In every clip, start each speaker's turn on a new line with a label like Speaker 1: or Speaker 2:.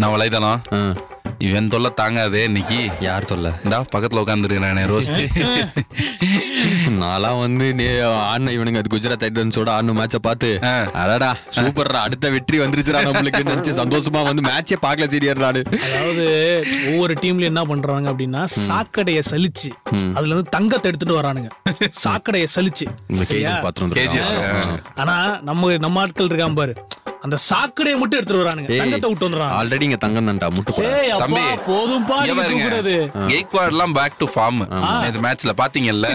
Speaker 1: நான் வலைதளம்
Speaker 2: ஆ,
Speaker 1: இவன் தொல்லை தாங்காதே இன்னைக்கு
Speaker 2: யார் சொல்ல
Speaker 1: இந்தா பக்கத்துல உட்காந்துருக்கிறானே ரோஸ்ட்
Speaker 2: நான்லாம் வந்து நீ ஆடின இவனுங்க அது குஜராத் டைட்டன்ஸோட ஆடின மேட்சை பார்த்து
Speaker 1: ஆ.
Speaker 2: அடடா சூப்பர்ரா அடுத்த வெற்றி வந்துருச்சுடா நம்மளுக்கு நினைச்சு சந்தோஷமா வந்து மேட்சே பார்க்கல சீரியர் நாடு
Speaker 3: அதாவது ஒவ்வொரு டீம்லயும் என்ன பண்றாங்க அப்படின்னா சாக்கடையை சலிச்சு அதுல இருந்து தங்கத்தை எடுத்துட்டு வரானுங்க சாக்கடையை சலிச்சு
Speaker 2: இந்த கேஜி
Speaker 3: சரியா?
Speaker 2: பாத்திரம்
Speaker 3: ஆனா நம்ம நம்ம ஆட்கள் இருக்கான் பாரு அந்த சாக்கடையை மட்டும் எடுத்துட்டு வரானுங்க தங்கத்தை விட்டு வந்துடுறான்
Speaker 2: ஆல்ரெடி இங்க தங்கம் தான்டா முட்டு போட
Speaker 3: ஏய்
Speaker 1: தம்பி,
Speaker 3: அப்பா போதும்பா
Speaker 1: இங்க
Speaker 3: நீ
Speaker 1: பாருங்க.
Speaker 3: தூக்குறது
Speaker 1: கெய்க்வாட் எல்லாம் back to form. நேத்து matchல பாத்தீங்கல்ல?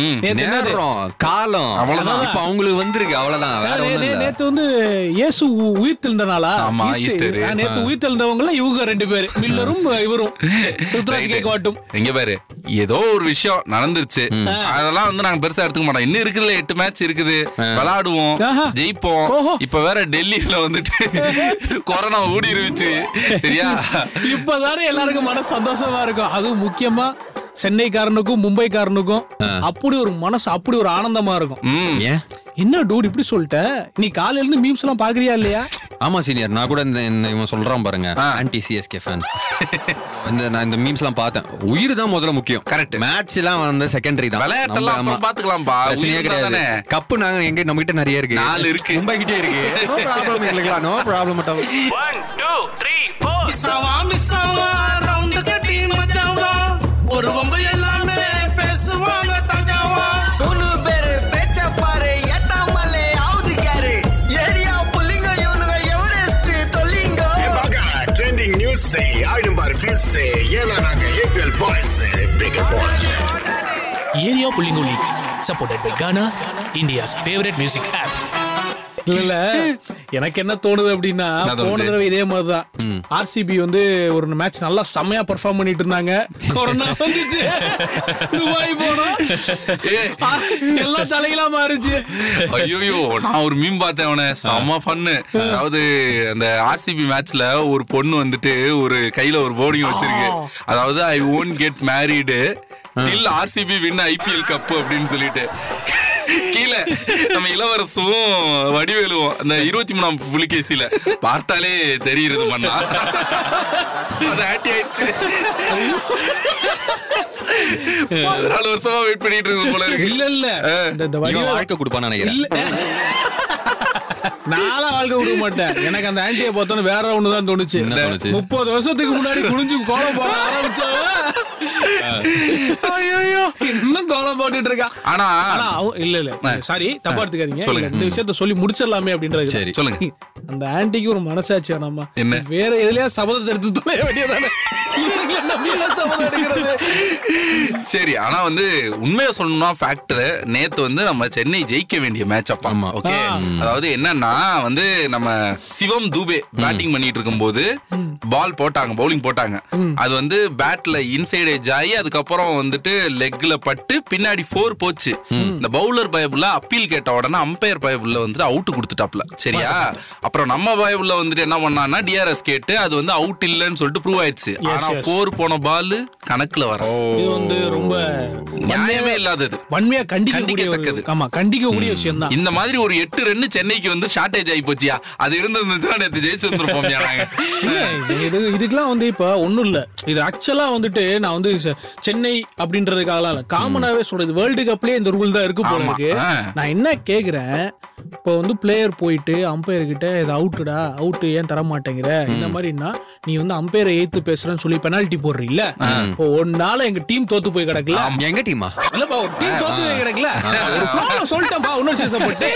Speaker 1: ம்,
Speaker 3: நேத்து என்னது?
Speaker 2: நேரம் காலம் அவ்வளவுதான் இப்ப அவங்களுக்கு வந்திருக்கு அவ்வளவுதான் வேற
Speaker 3: நே-
Speaker 2: ஒண்ணும்
Speaker 3: நே-
Speaker 2: இல்ல
Speaker 3: நேத்து வந்து இயேசு உ- உயிர் தெழுந்தனாலா
Speaker 1: ஆமா,
Speaker 3: ஈஸ்டர்.
Speaker 1: ஈஸ்டர்.
Speaker 3: ஆ, நேத்து உயிர் தெழுந்தவங்கள இவங்க ரெண்டு பேர் மில்லரும் இவரும் ருத்ராஜ்
Speaker 1: right.
Speaker 3: கேட்காட்டும்
Speaker 1: இங்க பாரு ஏதோ ஒரு விஷயம் நடந்துருச்சு அதெல்லாம் வந்து நாங்க பெருசா எடுத்துக்க மாட்டோம் இன்னும் இருக்குதுல எட்டு மேட்ச் இருக்குது விளையாடுவோம்
Speaker 3: ஆஹா.
Speaker 1: ஜெயிப்போம்
Speaker 3: ஓஹோ.
Speaker 1: இப்ப வேற டெல்லியில வந்துட்டு கொரோனா ஊடி இருந்துச்சு சரியா
Speaker 3: இப்பதானே எல்லாருக்கும் மன சந்தோஷமா இருக்கும் அதுவும் முக்கியமா சென்னைக்காரனுக்கும் மும்பைக்காரனுக்கும் அப்படி ஒரு மனசு அப்படி ஒரு ஆனந்தமா இருக்கும்
Speaker 1: ம்
Speaker 2: ஏன்
Speaker 3: என்ன டூட் இப்படி சொல்லிட்ட நீ காலையில இருந்து மீம்ஸ் எல்லாம் பாக்குறியா இல்லையா
Speaker 2: ஆமா சீனியர் நான் கூட இந்த இந்த இவன் சொல்றான் பாருங்க ஆன்டி சிஎஸ்கே ஃபேன் இந்த நான் இந்த மீம்ஸ்லாம் பார்த்தேன் உயிர் தான் முதல்ல முக்கியம் கரெக்ட் மேட்ச்லாம் வந்து செகண்டரி தான்
Speaker 1: விளையாட்டெல்லாம்
Speaker 2: நம்ம-
Speaker 1: அப்புறம் பாத்துக்கலாம்பா
Speaker 2: பிரச்சனையே
Speaker 1: உயிர்
Speaker 2: கிடையாது
Speaker 1: தானே.
Speaker 2: கப்பு நாங்க எங்க நம்ம கிட்ட நிறைய இருக்கு
Speaker 1: நாலு இருக்கு.
Speaker 2: மும்பை கிட்டே இருக்கு நோ ப்ராப்ளம் எங்களுக்கு நோ ப்ராப்ளம்
Speaker 4: மிஸ்ஸாவா மிஸ்ஸாவா ரவுண்டுக்கு டீம் மச்சாவா ஒரு வம்பு எல்லாமே பேசுவாங்க தஞ்சாவா
Speaker 5: மூணு பேரு பேச்ச பாரு எட்டாமலே ஆவுது கேரு ஏரியா புள்ளிங்க இவனுங்க எவரெஸ்ட் தொல்லிங்க
Speaker 6: ட்ரெண்டிங் நியூஸ் ஆயிடும் பாரு ஃபீஸ் ஏன்னா நாங்க ஏபிஎல் பாய்ஸ் பிரிக்க போறோம்
Speaker 7: ஏரியா புள்ளிங்குள்ளி supported by Gaana India's favourite music app
Speaker 3: இல்ல இல்ல எனக்கு என்ன தோணுது அப்படின்னா
Speaker 1: என்ன தோணுது?
Speaker 3: போன தடவை இதே மாதிரிதான் ஆர்சிபி வந்து ஒரு மேட்ச் நல்லா செம்மையா பெர்ஃபார்ம் பண்ணிட்டு இருந்தாங்க கொரோனா வந்துச்சு துபாய் போனோம் எல்லாம் தலைகளா மாறுச்சு
Speaker 1: ஐயோ நான் ஒரு மீன் பார்த்தேன் அவனை செம்ம ஃபன்னு அதாவது அந்த ஆர்சிபி மேட்ச்ல ஒரு பொண்ணு வந்துட்டு ஒரு கையில ஒரு போர்டிங் வச்சிருக்கு அதாவது I won't get married till RCB win IPL cup அப்படின்னு சொல்லிட்டு கீழே நம்ம இளவரசும் வடிவேலுவும் அந்த இருபத்தி மூணாம் புலிகேசியில பார்த்தாலே தெரியுது மண்ணா அது ஆட்டி ஆயிடுச்சு பதினாலு வருஷமா வெயிட் பண்ணிட்டு இருக்கு போல இருக்கு
Speaker 3: இல்ல இல்ல இந்த- இந்த
Speaker 2: இவன்
Speaker 3: வடிவ
Speaker 2: வாழ்க்கை கொடுப்பான்னு நினைக்கிறேன்
Speaker 3: இல்ல நாளா வாழ்க்கை விட மாட்டேன் எனக்கு அந்த ஆன்டியை பார்த்தோன்னு வேற ஒண்ணுதான் தோணுச்சு
Speaker 2: என்ன தோணுச்சு?
Speaker 3: முப்பது வருஷத்துக்கு முன்னாடி குளிஞ்சு கோலம் போட ஆரம்பிச்சாவ ஐயோ இன்னும் கோலம் போட்டுட்டு இருக்கா
Speaker 1: ஆனா
Speaker 3: ஆனா அவ- இல்ல இல்ல சாரி தப்பா எடுத்துக்காதீங்க
Speaker 1: சொல்லுங்க.
Speaker 3: இல்ல, இந்த விஷயத்த சொல்லி முடிச்சிடலாமே அப்படின்றது
Speaker 2: சரி.
Speaker 1: சொல்லுங்க
Speaker 3: அந்த ஆன்ட்டிக்கு ஒரு மனசாட்சி வேணாமா
Speaker 1: என்ன?
Speaker 3: வேற எதுலயா சபதத்தை எடுத்து தொலைய வேண்டியதானே இவனுக்கு என்ன வீணா சபதம் எடுக்கிறது
Speaker 1: சரி ஆனா வந்து உண்மையை சொல்லணும்னா ஃபேக்டர் நேத்து வந்து நம்ம சென்னை ஜெயிக்க வேண்டிய மேட்ச் அப்பா
Speaker 2: ஆமா.
Speaker 1: ஓகே அதாவது என்னன்னா வந்து நம்ம சிவம் தூபே பேட்டிங் பண்ணிட்டு இருக்கும்போது பால் போட்டாங்க பவுலிங் போட்டாங்க அது வந்து பேட்ல இன்சைட் எஜ் ஆகி அதுக்கப்புறம் வந்துட்டு லெக்ல பட்டு பின்னாடி ஃபோர் போச்சு இந்த பவுலர் பயபுள்ள அப்பீல் கேட்ட உடனே அம்பையர் பயபுள்ள வந்துட்டு அவுட் கொடுத்துட்டாப்ல சரியா அப்புறம் நம்ம பயபுள்ள வந்துட்டு என்ன பண்ணான்னா டிஆர்எஸ் கேட்டு அது வந்து அவுட் இல்லைன்னு சொல்லிட்டு ப்ரூவ் ஆயிடுச்சு ஆனா
Speaker 3: yes.
Speaker 1: ஃபோர் போன பால் கணக்குல வர
Speaker 3: இது வந்து ரொம்ப
Speaker 1: நியாயமே இல்லாதது
Speaker 3: வன்மையா கண்டிக்க
Speaker 1: கண்டிக்கத்தக்கது.
Speaker 3: ஒரு ஆமா கண்டிக்க கூடிய விஷயம் தான்
Speaker 1: இந்த மாதிரி ஒரு எட்டு ரன்னு சென்னைக்கு வந்து ஷார்டேஜ் ஆகி போச்சியா அது இருந்திருந்துச்சுன்னா நேத்து ஜெயிச்சு வந்திருப்போம் நாங்க
Speaker 3: இல்ல, இது- இது- இதுக்கெல்லாம் வந்து இப்ப ஒண்ணும் இல்ல இது ஆக்சுவலா வந்துட்டு நான் வந்து செ- சென்னை அப்படின்றதுக்காக இல்ல காமனாவே சொல்றது வேர்ல்டு கப்லயே இந்த ரூல் தான் இருக்கு போல
Speaker 1: ஆமா.
Speaker 3: இருக்கு
Speaker 1: ஆ.
Speaker 3: நான் என்ன கேக்குறேன் இப்போ வந்து பிளேயர் போயிட்டு அம்பையர் கிட்ட இது அவுட்டுடா அவுட் ஏன் தர மாட்டேங்கிற இந்த மாதிரின்னா நீ வந்து அம்பையரை ஏத்து பேசுறேன்னு சொல்லி பெனால்டி போடுறீல்ல இப்போ ஒரு நாள் எங்க டீம் தோத்து போய் கிடக்கல
Speaker 2: எங்க டீமா
Speaker 3: இல்லப்பா ஒரு டீம் தோத்து போய் கிடக்கல ஒரு flaw சொல்லிட்டேன்பா, இன்னொரு season போட்டு.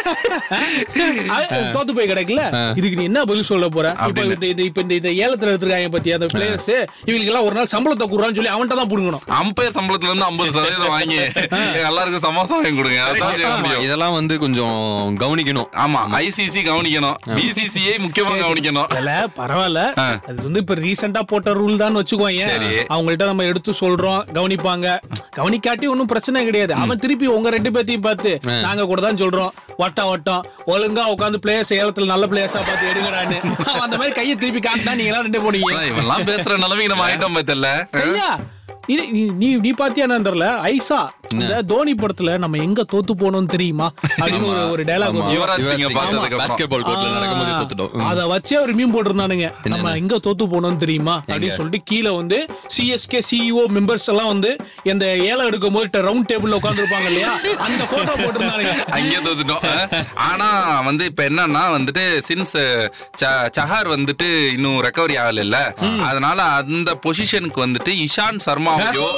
Speaker 3: அது தோத்து போய் கிடக்கல இதுக்கு நீ என்ன பதில் சொல்ல போற இப்ப
Speaker 1: அப்படின்னு.
Speaker 3: இந்த இது இப்ப இந்த இதை ஏலத்துல எடுத்துருக்காங்க பத்தி அந்த பிளேயர்ஸ் இவங்களுக்கு எல்லாம் ஒரு நாள் சம்பளத்தை கூடுறான்னு சொல்லி அவன்கிட்ட தான் புடுங்கணும்
Speaker 1: அம்பையர் சம்பளத்துல இருந்து ஐம்பது சதவீதம் வாங்கி எல்லாருக்கும் சமோசா வாங்கி கொடுங்க அதான் செய்ய முடியும்
Speaker 2: இதெல்லாம் வந்து கொஞ்சம் கவனிக்கணும்
Speaker 1: ஆமா ஐசிசி கவனிக்கணும் பிசிசிஐ முக்கியமா கவனிக்கணும்
Speaker 3: இல்ல பரவாயில்ல அது வந்து இப்ப ரீசெண்டா போட்ட ரூல் தான் வச்சுக்கோங்க
Speaker 1: சரி.
Speaker 3: அவங்கள்ட்ட நம்ம எடுத்து சொல்றோம் கவனிப்பாங்க கவனிக்காட்டி ஒன்றும் பிரச்சனை கிடையாது அவன் திருப்பி உங்க ரெண்டு பேத்தையும் பார்த்து நாங்க கூட தான் சொல்றோம் வட்டம் வட்டம் ஒழுங்கா உட்காந்து பிளேயர்ஸ் ஏலத்துல நல்ல பிளேயர்ஸா பார்த்து எடுங்கடான்னு அவன் அந்த மாதிரி கையை திருப்பி காட்டினா நீங்க எல்லாம் ரெண்டு போனீங்க
Speaker 1: அதான் இவன்லாம் பேசுற நிலைமைக்கு நம்ம ஆயிட்டோம் பத்தல
Speaker 3: ஐயா இது நீ- நீ நீ பாத்தியா என்னன்னு தெரியல ஐசா இந்த தோனி படத்துல நம்ம எங்க தோத்து போனோம் தெரியுமா அப்படின்னு ஒரு- ஒரு டைலாக்
Speaker 2: ஆமா.
Speaker 1: யுவராஜ் சிங்கை
Speaker 2: யுவராஜ் சிங்.
Speaker 1: பார்த்ததுக்கு
Speaker 2: ஆமா.
Speaker 1: அப்புறம்.
Speaker 2: basketball court ல நடக்கும்போது
Speaker 3: ஆ,
Speaker 2: தோத்துட்டோம். ம்.
Speaker 3: அத வச்சே ஒரு மீம் போட்டிருந்தானுங்க நம்ம
Speaker 2: என்னென்ன?
Speaker 3: எங்க தோத்து போனோம் தெரியுமா அப்படின்னு சொல்லிட்டு கீழே வந்து சிஎஸ்கே சிஇஓ மெம்பர்ஸ் E எல்லாம் வந்து இந்த ஏலம் எடுக்கும் போது ரவுண்ட் டேபிள்ல உட்காந்துருப்பாங்க இல்லையா அந்த போட்டோ போட்டிருந்தானுங்க
Speaker 1: அங்கே தோத்துட்டோம் அஹ். ஆனா வந்து இப்ப என்னன்னா வந்துட்டு சின்ஸ் சஹார் வந்துட்டு இன்னும் ரெக்கவரி ஆகல இல்ல அதனால அந்த பொசிஷனுக்கு வந்துட்டு இஷான் சர்மாவையோ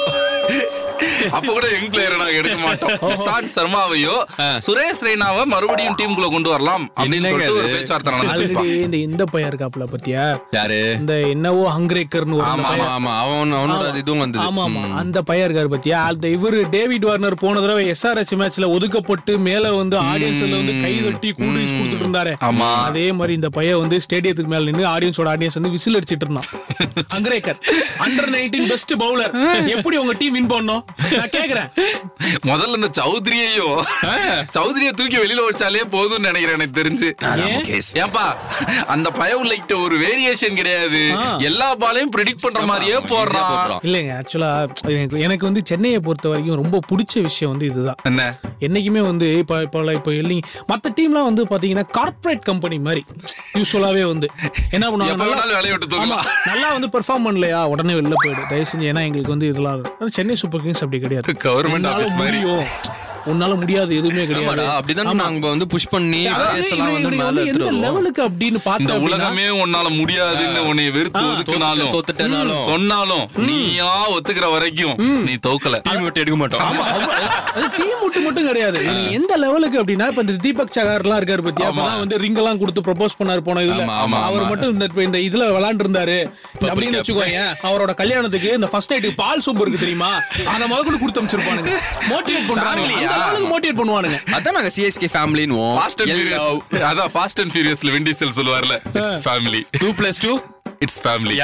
Speaker 1: அப்ப கூட யங் பிளேயர் நாங்க எடுக்க மாட்டோம் இஷான் சர்மாவையோ சுரேஷ் ரெய்னாவை மறுபடியும் டீமுக்குள்ள கொண்டு வரலாம் அப்படின்னு
Speaker 2: என்னங்க
Speaker 1: சொல்லிட்டு ஒரு
Speaker 2: அது?
Speaker 1: பேச்சுவார்த்தை நடந்துருப்பான்
Speaker 3: ஆல்ரெடி இந்த இந்த பையன் இருக்காப்ல பத்தியா
Speaker 2: யாரு
Speaker 3: இந்த என்னவோ ஹங்கிரேக்கர்னு ஒரு
Speaker 1: ஆமா,
Speaker 3: அந்த
Speaker 2: ஆமா
Speaker 3: பையன்.
Speaker 2: ஆமா அவன் அவனோட இதுவும் வந்தது
Speaker 3: ஆமா ஆமா அந்த பையன் இருக்காரு பத்தியா அந்த இவரு டேவிட் வார்னர் போன தடவை எஸ்ஆர்எச் மேட்ச்ல ஒதுக்கப்பட்டு மேல வந்து ஆடியன்ஸ்ல வந்து கை தட்டி கூண்டு கொடுத்துட்டு இருந்தாரு
Speaker 1: ஆமா.
Speaker 3: அதே மாதிரி இந்த பையன் வந்து ஸ்டேடியத்துக்கு மேல நின்னு ஆடியன்ஸோட ஆடியன்ஸ் வந்து விசில் அடிச்சிட்டு இருந்தான் அங்கிரேக்கர் அண்டர் 19 பெஸ்ட் பவுலர் எப்படி உங்க டீம் வின் பண்ணோம் நான் கேக்குறேன்
Speaker 1: முதல்ல இந்த சௌத்ரியையோ சௌத்ரிய தூக்கி வெளியில வச்சாலே போதும்னு நினைக்கிறேன் எனக்கு தெரிஞ்சு ஏன்பா அந்த பயவுலைக்கிட்ட ஒரு வேரியேஷன் கிடையாது
Speaker 3: ஆ.
Speaker 1: எல்லா பாலையும் ப்ரிடிக்ட் பண்ற மாதிரியே
Speaker 2: ஆமா, easy ஆ
Speaker 1: போடுறான்
Speaker 2: போடுறான்.
Speaker 3: இல்லைங்க ஆக்சுவலா எனக்கு எனக்கு வந்து சென்னையை பொறுத்த வரைக்கும் ரொம்ப பிடிச்ச விஷயம் வந்து இதுதான்
Speaker 1: என்ன
Speaker 3: என்னைக்குமே வந்து இப்போ இப்போ இப்போ இல்லைங்க மற்ற டீம்லாம் வந்து பார்த்தீங்கன்னா கார்ப்பரேட் கம்பெனி மாதிரி யூஸ்வலாகவே வந்து என்ன
Speaker 1: எப்ப
Speaker 3: பண்ணுவாங்க
Speaker 1: வேணாலும்
Speaker 3: நல்லா-
Speaker 1: வேலையை விட்டு தூக்கலாம்
Speaker 3: நல்லா வந்து பெர்ஃபார்ம் பண்ணலையா உடனே வெளில போயிடு தயவு செஞ்சு ஏன்னா எங்களுக்கு வந்து இதெல்லாம் இருக்கு. ஆனா சென்னை சூப்பர் கிங்ஸ் அப்படி கிடையாது
Speaker 1: கவர்மெண்ட்
Speaker 3: உன்னால
Speaker 1: ஆபீஸ் மாதிரி
Speaker 3: முடியும் உன்னால முடியாது எதுவுமே கிடையாது
Speaker 2: ஆமாடா அப்படிதான் நாங்க வந்து புஷ் பண்ணி
Speaker 3: அதாவது
Speaker 2: players எல்லாம்
Speaker 3: இவங்க-
Speaker 2: வந்து
Speaker 3: இவங்க
Speaker 2: மேல
Speaker 3: வந்து எந்த
Speaker 2: எடுத்துட்டு வருவோம்
Speaker 3: லெவலுக்கு அப்படின்னு
Speaker 1: இந்த
Speaker 3: பார்த்தோம் அப்படின்னா,
Speaker 1: உலகமே உன்னால முடியாதுன்னு உன்னை வெறுத்து ஒதுக்குனாலும்
Speaker 2: தோத்துட்டனாலும்
Speaker 1: சொன்னாலும் நீயா ஒத்துக்கிற வரைக்கும் நீ தோக்கல
Speaker 2: டீம் விட்டு எடுக்க மாட்டோம்
Speaker 3: ஆமா, அவ- அது டீம் மட்டும் மட்டும் கிடையாது நீ எந்த லெவலுக்கு அப்படின்னா இப்ப இந்த தீபக் சகார்லாம் இருக்காரு பத்தியா அப்பதான் வந்து ரிங் எல்லாம் கொடுத்து ப்ரொபோஸ் பண்ணாரு போன இதுல
Speaker 2: ஆமா, ஆமா,
Speaker 3: அவர்
Speaker 2: ஆமா.
Speaker 3: மட்டும் இந்த இப்ப இந்த இதுல விளையாண்டு இருந்தாரு அப்படின்னு
Speaker 2: cup.
Speaker 3: வச்சுக்கோங்க அவரோட கல்யாணத்துக்கு இந்த ஃபர்ஸ்ட் நைட்டுக்கு பால் சோப்பு இருக்கு தெரியுமா அத முதல் கூட கொடுத்து அமைச்சிருப்பானுங்க மோட்டிவேட்
Speaker 1: Family-யா?
Speaker 3: பண்ணுவாங்க மோட்டிவேட் பண்ணுவானுங்க
Speaker 2: அதான் நாங்க சிஎஸ்கே ஃபேமிலினுவோம்
Speaker 1: ஃபாஸ்ட் அண்ட் ஃபியூரியஸ் அதான் ஃபாஸ்ட் அண்ட் ஃபியூரியஸ்ல வெண்டிசல் சொல்லுவார்ல it's family
Speaker 2: two plus two
Speaker 1: it's family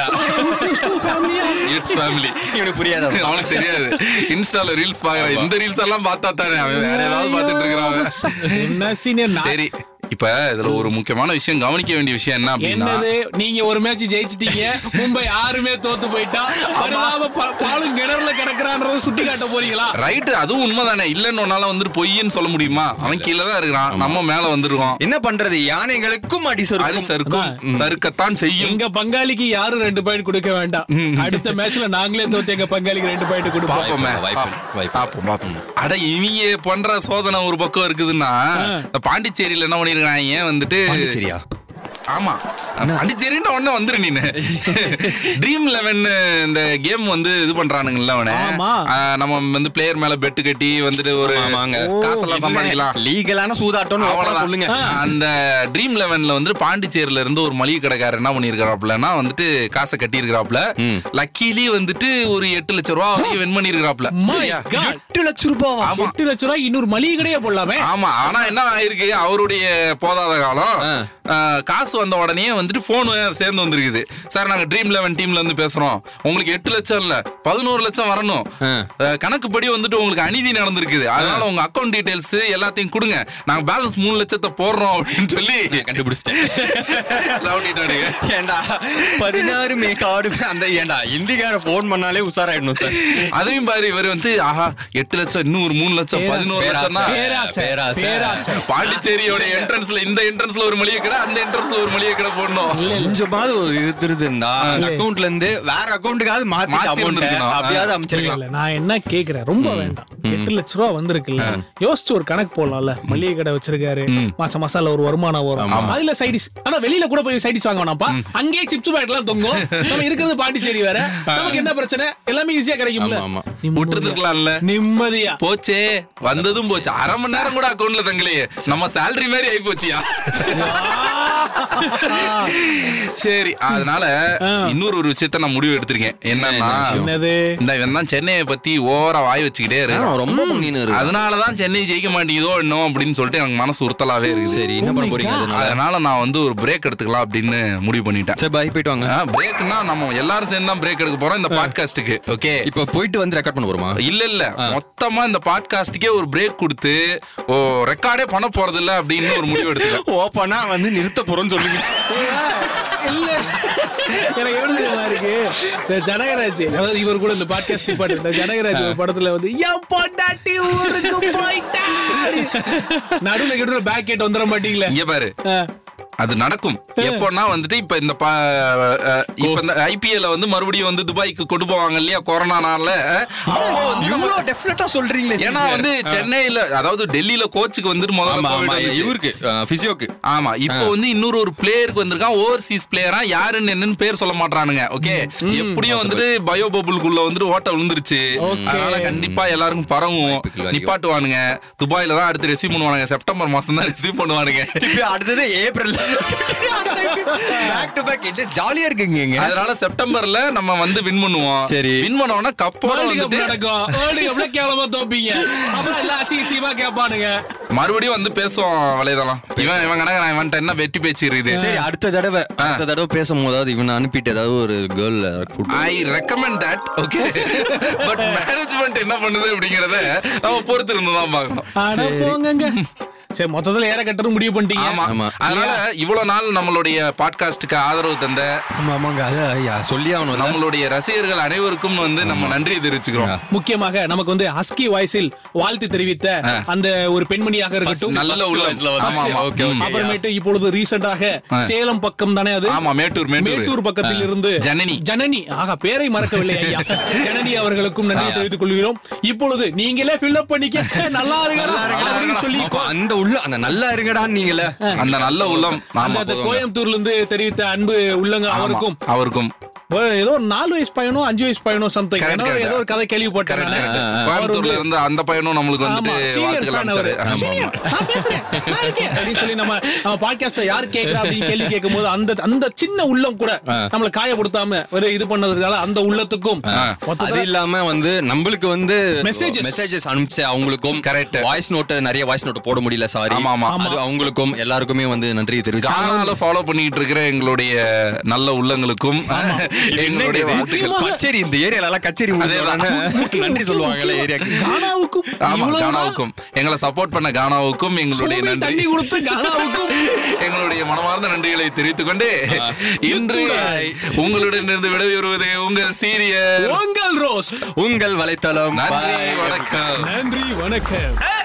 Speaker 1: it's family
Speaker 2: இவனுக்கு புரியாத
Speaker 1: அவனுக்கு தெரியாது இன்ஸ்டால ரீல்ஸ் பாக்குறான் இந்த ரீல்ஸ் எல்லாம் பார்த்தா தானே அவன் வேற ஏதாவது பார்த்துட்டு இருக்கிறான் அவன்.
Speaker 3: என்ன சீனியர்
Speaker 1: சரி இப்ப இதுல ஒரு முக்கியமான விஷயம் கவனிக்க வேண்டிய விஷயம் என்ன அப்படின்னா
Speaker 3: என்னது நீங்க ஒரு மேட்ச் ஜெயிச்சிட்டீங்க மும்பை யாருமே தோத்து போயிட்டா பரிதாப பா- பாலும் கிணறுல கிடக்குறான்றத சுட்டி காட்ட போறீங்களா
Speaker 1: ரைட் அதுவும் உண்மைதானே இல்லன்னு ஒன்னால வந்துட்டு பொய்ன்னு சொல்ல முடியுமா அவன் கீழே தான் இருக்கிறான் நம்ம மேல வந்துருக்கோம்
Speaker 2: என்ன பண்றது யானைகளுக்கும் அடி
Speaker 1: அரி
Speaker 2: சறுக்கும்
Speaker 1: சறுக்கும் தருக்கத்தான் செய்யும்
Speaker 3: எங்க பங்காளிக்கு யாரும் ரெண்டு பாயிண்ட் கொடுக்க வேண்டாம் அடுத்த மேட்ச்ல நாங்களே தோத்து எங்க பங்காளிக்கு ரெண்டு பாயிண்ட் கொடுப்போம்
Speaker 1: பாப்போமே
Speaker 2: வாய்ப்பு, வாய்ப்பு.
Speaker 1: பாப்போம் பாப்போம் அட இவங்க பண்ற சோதனை ஒரு பக்கம் இருக்குதுன்னா இந்த பாண்டிச்சேரியில என்ன பண்ணிருக்காங்க ஏன் வந்துட்டு
Speaker 2: பாண்டிச்சேரியா?
Speaker 1: ஆமா பாண்டிச்சேரின்ற உடனே வந்துரு நீனு ட்ரீம் லெவன் இந்த கேம் வந்து இது பண்றானுங்கல்ல அவனே
Speaker 3: ஆமா.
Speaker 1: ஆ, நம்ம வந்து பிளேயர் மேல பெட் கட்டி வந்துட்டு ஒரு
Speaker 2: ஆமாங்க.
Speaker 1: காசெல்லாம் சம்பாதிக்கலாம்
Speaker 2: லீகலான சூதாட்டம்
Speaker 1: அவ்வளவுதான்.
Speaker 2: சொல்லுங்க
Speaker 1: அந்த ட்ரீம் லெவன்ல வந்து பாண்டிச்சேரியில இருந்து ஒரு மளிகை கடைக்காரர் என்ன பண்ணிருக்காப்லன்னா வந்துட்டு காசை கட்டி லக்கிலி வந்துட்டு ஒரு எட்டு லட்சம் ரூபா வரைக்கும் வின் பண்ணிருக்காப்ல
Speaker 3: My God.
Speaker 2: எட்டு லட்சம் ரூபாவா
Speaker 1: ஆமா
Speaker 3: எட்டு லட்ச ரூபாய் இன்னொரு மளிகை கடையே போடலாமே
Speaker 1: ஆமா ஆனா என்ன ஆயிருக்கு அவருடைய போதாத காலம்
Speaker 2: ஆ.
Speaker 1: ஆ, காசு வந்த உடனே வந்துட்டு போன் சேர்ந்து வந்திருக்குது சார் நாங்க ட்ரீம் லெவன் டீம்ல இருந்து பேசுறோம் உங்களுக்கு எட்டு லட்சம் இல்ல பதினோரு லட்சம் வரணும்
Speaker 2: ஆ.
Speaker 1: ஆ, கணக்குப்படி வந்துட்டு உங்களுக்கு அநீதி நடந்திருக்குது அதனால உங்க அக்கௌண்ட் டீடைல்ஸ் எல்லாத்தையும் கொடுங்க நாங்க பேலன்ஸ் மூணு லட்சத்தை போடுறோம் அப்படின்னு சொல்லி
Speaker 2: கண்டுபிடிச்சிட்டேன்
Speaker 1: லவனிட்டானுங்க
Speaker 2: ஏண்டா பதினாறு மே கார்டு அந்த ஏண்டா இந்திக்கார போன் பண்ணாலே உஷாராயிடணும் சார்
Speaker 1: அதையும் பாரு இவர் வந்து ஆஹா எட்டு லட்சம் இன்னும் ஒரு மூணு லட்சம் பதினோரு லட்சம்னா
Speaker 3: பேராசை.
Speaker 2: பேராசை.
Speaker 3: பேராசை.
Speaker 1: பாண்டிச்சேரியோட என்ட்ரன்ஸ்ல இந்த என்ட்ரன்ஸ்ல ஒரு மளிகை கடை அந்த என்ட்ரன்ஸ்ல ஒரு மளிகை கடை போடணும்
Speaker 2: கொஞ்சமாவது ஒரு இது இருந்தா அக்கவுண்ட்ல இருந்து வேற அக்கவுண்ட்டுக்காவது மாத்தி
Speaker 1: மாத்தி
Speaker 2: amount
Speaker 1: வந்திருக்கணும்.
Speaker 2: அப்படியாவது
Speaker 3: இல்ல,
Speaker 2: அமைச்சிருக்கலாம்
Speaker 3: இல்ல, நான் என்ன கேக்குறேன் ரொம்ப வேண்டாம் எட்டு லட்ச ரூபா வந்திருக்குல்ல யோசிச்சு ஒரு கணக்கு போடலாம்ல மளிகை கடை வச்சிருக்காரு மாசம் மாசால ஒரு வருமானம் வரும் அதுல சைடிஸ் ஆனா வெளியில கூட போய் சைடிஸ் வாங்க வேணாம்ப்பா அங்கேயே சிப்ஸ் பேட் எல்லாம் தொங்கும் நம்ம இருக்கிறது பாண்டிச்சேரி வேற நமக்கு என்ன பிரச்சனை எல்லாமே ஈஸியா கிடைக்கும்ல
Speaker 2: ஆமா, ஆமா.
Speaker 1: விட்டுருந்துருக்கலாம்ல.
Speaker 3: நிம்மதியா. நிம்மதியா
Speaker 1: போச்சே வந்ததும் போச்சு அரை மணி நேரம் கூட அக்கௌண்ட்ல தங்கலையே நம்ம salary மாதிரி ஆயி போச்சியா சரி அதனால இன்னொரு ஒரு விஷயத்த நான் முடிவு எடுத்திருக்கேன் என்னன்னா
Speaker 3: என்னது
Speaker 1: இந்த இவன் தான் சென்னையை பத்தி ஓவரா வாய் வச்சுக்கிட்டே இருக்கு
Speaker 2: ரொம்ப பண்ணின்னு இருக்கு
Speaker 1: அதனாலதான் சென்னை ஜெயிக்க மாட்டேங்குதோ என்னோ அப்படின்னு சொல்லிட்டு எனக்கு மனசு உறுத்தலாவே
Speaker 3: Oh
Speaker 1: இருக்குது
Speaker 2: சரி என்ன பண்ண போறீங்க அதனால
Speaker 1: அதனால நான் வந்து ஒரு பிரேக் எடுத்துக்கலாம் அப்படின்னு முடிவு பண்ணிட்டேன்
Speaker 2: சரி பாய் போயிட்டு வாங்க
Speaker 1: பிரேக்னா நம்ம எல்லாரும் சேர்ந்து தான் பிரேக் எடுக்க போறோம் இந்த பாட்காஸ்டுக்கு ஓகே
Speaker 2: இப்ப போயிட்டு வந்து ரெக்கார்ட் பண்ண போறோமா
Speaker 1: இல்ல இல்ல மொத்தமா இந்த பாட்காஸ்டுக்கே ஒரு பிரேக் கொடுத்து ஓ ரெக்கார்டே பண்ண போறது இல்ல அப்படின்னு ஒரு முடிவு எடுத்துக்கலாம்
Speaker 2: ஓப்பனா வந்து நிறுத்த போறோம்னு சொல்லுங்க
Speaker 3: இல்ல எனக்கு எழுதுற மாதிரி எனக்கு இந்த ஜனகராஜ் அதாவது இவர் கூட இந்த பாட்காஸ்ட் பாட்டு இந்த ஜனகராஜ் ஒரு படத்துல வந்து என் பொண்டாட்டி ஊருக்கு போயிட்டா நடுவுல கிட்ட பேக் கேட் வந்துட மாட்டீங்களே
Speaker 1: இங்க பாரு
Speaker 3: ஆ.
Speaker 1: அது நடக்கும் எப்போன்னா வந்துட்டு இப்ப இந்த பா- அஹ், இப்ப இந்த ஐபிஎல்ல வந்து மறுபடியும் வந்து துபாய்க்கு கொண்டு போவாங்க இல்லையா கொரோனா நாள்ல அப்போ வந்து நம்ம-
Speaker 2: இவ்வளவு டெஃபினட்டா சொல்றீங்களே
Speaker 1: ஏன்னா வந்து சென்னையில அதாவது டெல்லியில கோச்சுக்கு வந்துட்டு முதல்ல
Speaker 2: ஆமா ஆமா
Speaker 1: COVID வந்துச்சு.
Speaker 2: இவருக்கு பிசியோக்கு
Speaker 1: ஆமா இப்போ வந்து இன்னொரு ஒரு பிளேயருக்கு வந்திருக்கான் ஓவர்சீஸ் பிளேயரா யாருன்னு என்னன்னு பேர் சொல்ல மாட்டானுங்க ஓகே எப்படியும் வந்துட்டு பயோ பபுளுக்குள்ள வந்துட்டு ஓட்ட விழுந்துருச்சு அதனால கண்டிப்பா எல்லாருக்கும் பரவும்
Speaker 2: வாய்ப்புகள் அதிகம்.
Speaker 1: நிப்பாட்டுவானுங்க துபாயில தான் அடுத்து ரிசீவ் பண்ணுவானுங்க செப்டம்பர் மாசம் தான் ரிசீவ் பண்ணுவானுங்க
Speaker 2: அடுத்தது ஏப்ரல் பேக் டு பேக் என்ன ஜாலியா இருக்குங்க
Speaker 1: அதனால செப்டம்பர்ல நம்ம வந்து வின் பண்ணுவோம்
Speaker 2: சரி.
Speaker 1: வின் பண்ணோம்னா கப்போட
Speaker 3: World Cup
Speaker 1: வந்துட்டு
Speaker 3: நடக்கும் World Cupல கேவலமா தோப்பீங்க அப்புறம் எல்லாம் அசிங்கமா கேட்பானுங்க
Speaker 1: மறுபடியும் வந்து பேசுவோம் வலைதளம் இவன் இவன் கணக்கு நான் இவன்ட்ட என்ன வெட்டி பேச்சு இருக்குது
Speaker 2: சரி அடுத்த தடவை அடுத்த தடவை பேசும்போது அதாவது இவனை அனுப்பிட்டு ஏதாவது ஒரு girl
Speaker 1: I recommend that okay but management என்ன பண்ணுது அப்படிங்கறத நம்ம பொறுத்து இருந்து தான் பார்க்கணும்
Speaker 3: ஆனா போங்கங்க சரி மொத்தத்துல ஏற கட்டணும் முடிவு பண்ணிட்டீங்க
Speaker 1: ஆமா
Speaker 2: ஆமா.
Speaker 1: அதனால இவ்வளவு நாள் நம்மளுடைய பாட்காஸ்டுக்கு ஆதரவு தந்த
Speaker 2: ஆமா ஆமாங்க அது ஐயா, சொல்லி ஆகணும்
Speaker 1: நம்மளுடைய ரசிகர்கள் அனைவருக்கும் வந்து நம்ம நன்றியை தெரிவிச்சுக்கிறோம்
Speaker 3: முக்கியமாக நமக்கு வந்து ஹஸ்கி வாய்ஸில் வாழ்த்து தெரிவித்த அந்த ஒரு பெண்மணியாக இருக்கட்டும்
Speaker 1: நல்ல உள்ள ஆமா ஆமா ஓகே ஓகே
Speaker 3: அப்புறமேட்டு இப்பொழுது ரீசெண்டாக சேலம் பக்கம் தானே அது
Speaker 1: ஆமா மேட்டூர்
Speaker 3: மேட்டூர் பக்கத்தில் இருந்து
Speaker 1: ஜனனி.
Speaker 3: ஜனனி ஆக பேரை மறக்கவில்லை ஐயா ஜனனி அவர்களுக்கும் நன்றி தெரிவித்துக் கொள்கிறோம் இப்பொழுது நீங்களே ஃபில்அப் பண்ணிக்க நல்லா இருங்க சொல்லி
Speaker 2: அந்த உள்ள அந்த நல்லா இருங்கடான்னு நீங்களே
Speaker 1: அந்த நல்ல உள்ளம் ஆமா
Speaker 3: அந்த கோயம்புத்தூர்ல இருந்து தெரிவித்த அன்பு உள்ளங்க அவருக்கும்
Speaker 1: ஆமா, அவருக்கும்
Speaker 3: ஒரு- ஏதோ ஒரு நாலு வயசு பையனோ அஞ்சு வயசு பையனோ சம்திங்
Speaker 1: Correct, correct.
Speaker 3: ஏதோ ஒரு கதை கேள்விப்பட்டேன்
Speaker 1: கரெக்ட்
Speaker 3: நானு.
Speaker 1: கரெக்ட்
Speaker 3: அவர்
Speaker 1: கோயம்புத்தூர்ல
Speaker 3: வந்து
Speaker 1: இருந்து அந்த பையனும் நம்மளுக்கு வந்துட்டு
Speaker 3: ஆமா, senior
Speaker 1: வாழ்த்துக்கள்
Speaker 3: fan அவரு.
Speaker 1: அனுப்பிச்சாரு ஆமா,
Speaker 3: Senior,
Speaker 1: ஆமா.
Speaker 3: நான் பேசுறேன், நான் இருக்கேன் அப்படின்னு சொல்லி நம்ம நம்ம podcast-ல யார் கேக்குறா அப்படின்னு கேள்வி கேட்கும்போது அந்த அந்த சின்ன உள்ளம் கூட நம்மள காயப்படுத்தாம ஒரு இது பண்ணதுனால அந்த உள்ளத்துக்கும்
Speaker 2: அது
Speaker 3: மொத்தத்துல
Speaker 2: இல்லாம வந்து நம்மளுக்கு வந்து
Speaker 3: Messages.
Speaker 2: மெசேஜஸ் அனுப்பிச்சு அவங்களுக்கும்
Speaker 1: Correct.
Speaker 2: வாய்ஸ் நோட் நிறைய வாய்ஸ் நோட் போட முடியல சாரி
Speaker 1: ஆமா, ஆமா.
Speaker 2: அது அவங்களுக்கும் எல்லாருக்குமே வந்து நன்றி தெரிவிச்சு
Speaker 1: கானால ஃபாலோ பண்ணிட்டு இருக்கிற எங்களுடைய நல்ல உள்ளங்களுக்கும் எங்களுடைய வாழ்த்துக்கள்
Speaker 3: முக்கியமா-
Speaker 2: கச்சேரி இந்த ஏரியால எல்லாம் கச்சேரி
Speaker 1: அதேதான்.
Speaker 2: ஊத்துறாங்க. நன்றி சொல்லுவாங்கல்ல ஏரியாக்கு
Speaker 3: கானாவுக்கும்
Speaker 1: ஆமா
Speaker 3: இவ்வளவு நாள்
Speaker 1: கானாவுக்கும் எங்களை சப்போர்ட் பண்ண கானாவுக்கும் எங்களுடைய
Speaker 3: சோம்பேறி
Speaker 1: நன்றி
Speaker 3: தண்ணி கொடுத்து கானாவுக்கும்
Speaker 1: எங்களுடைய மனமார்ந்த நன்றிகளை தெரிவித்துக் கொண்டு இன்று உங்களுடன் இருந்து விடைபெறுவது உங்கள் சீரியர்
Speaker 3: உங்கள் ரோஸ்ட்
Speaker 2: உங்கள் வலைத்தளம்
Speaker 1: நன்றி
Speaker 2: Bye.
Speaker 1: வணக்கம்
Speaker 3: நன்றி வணக்கம்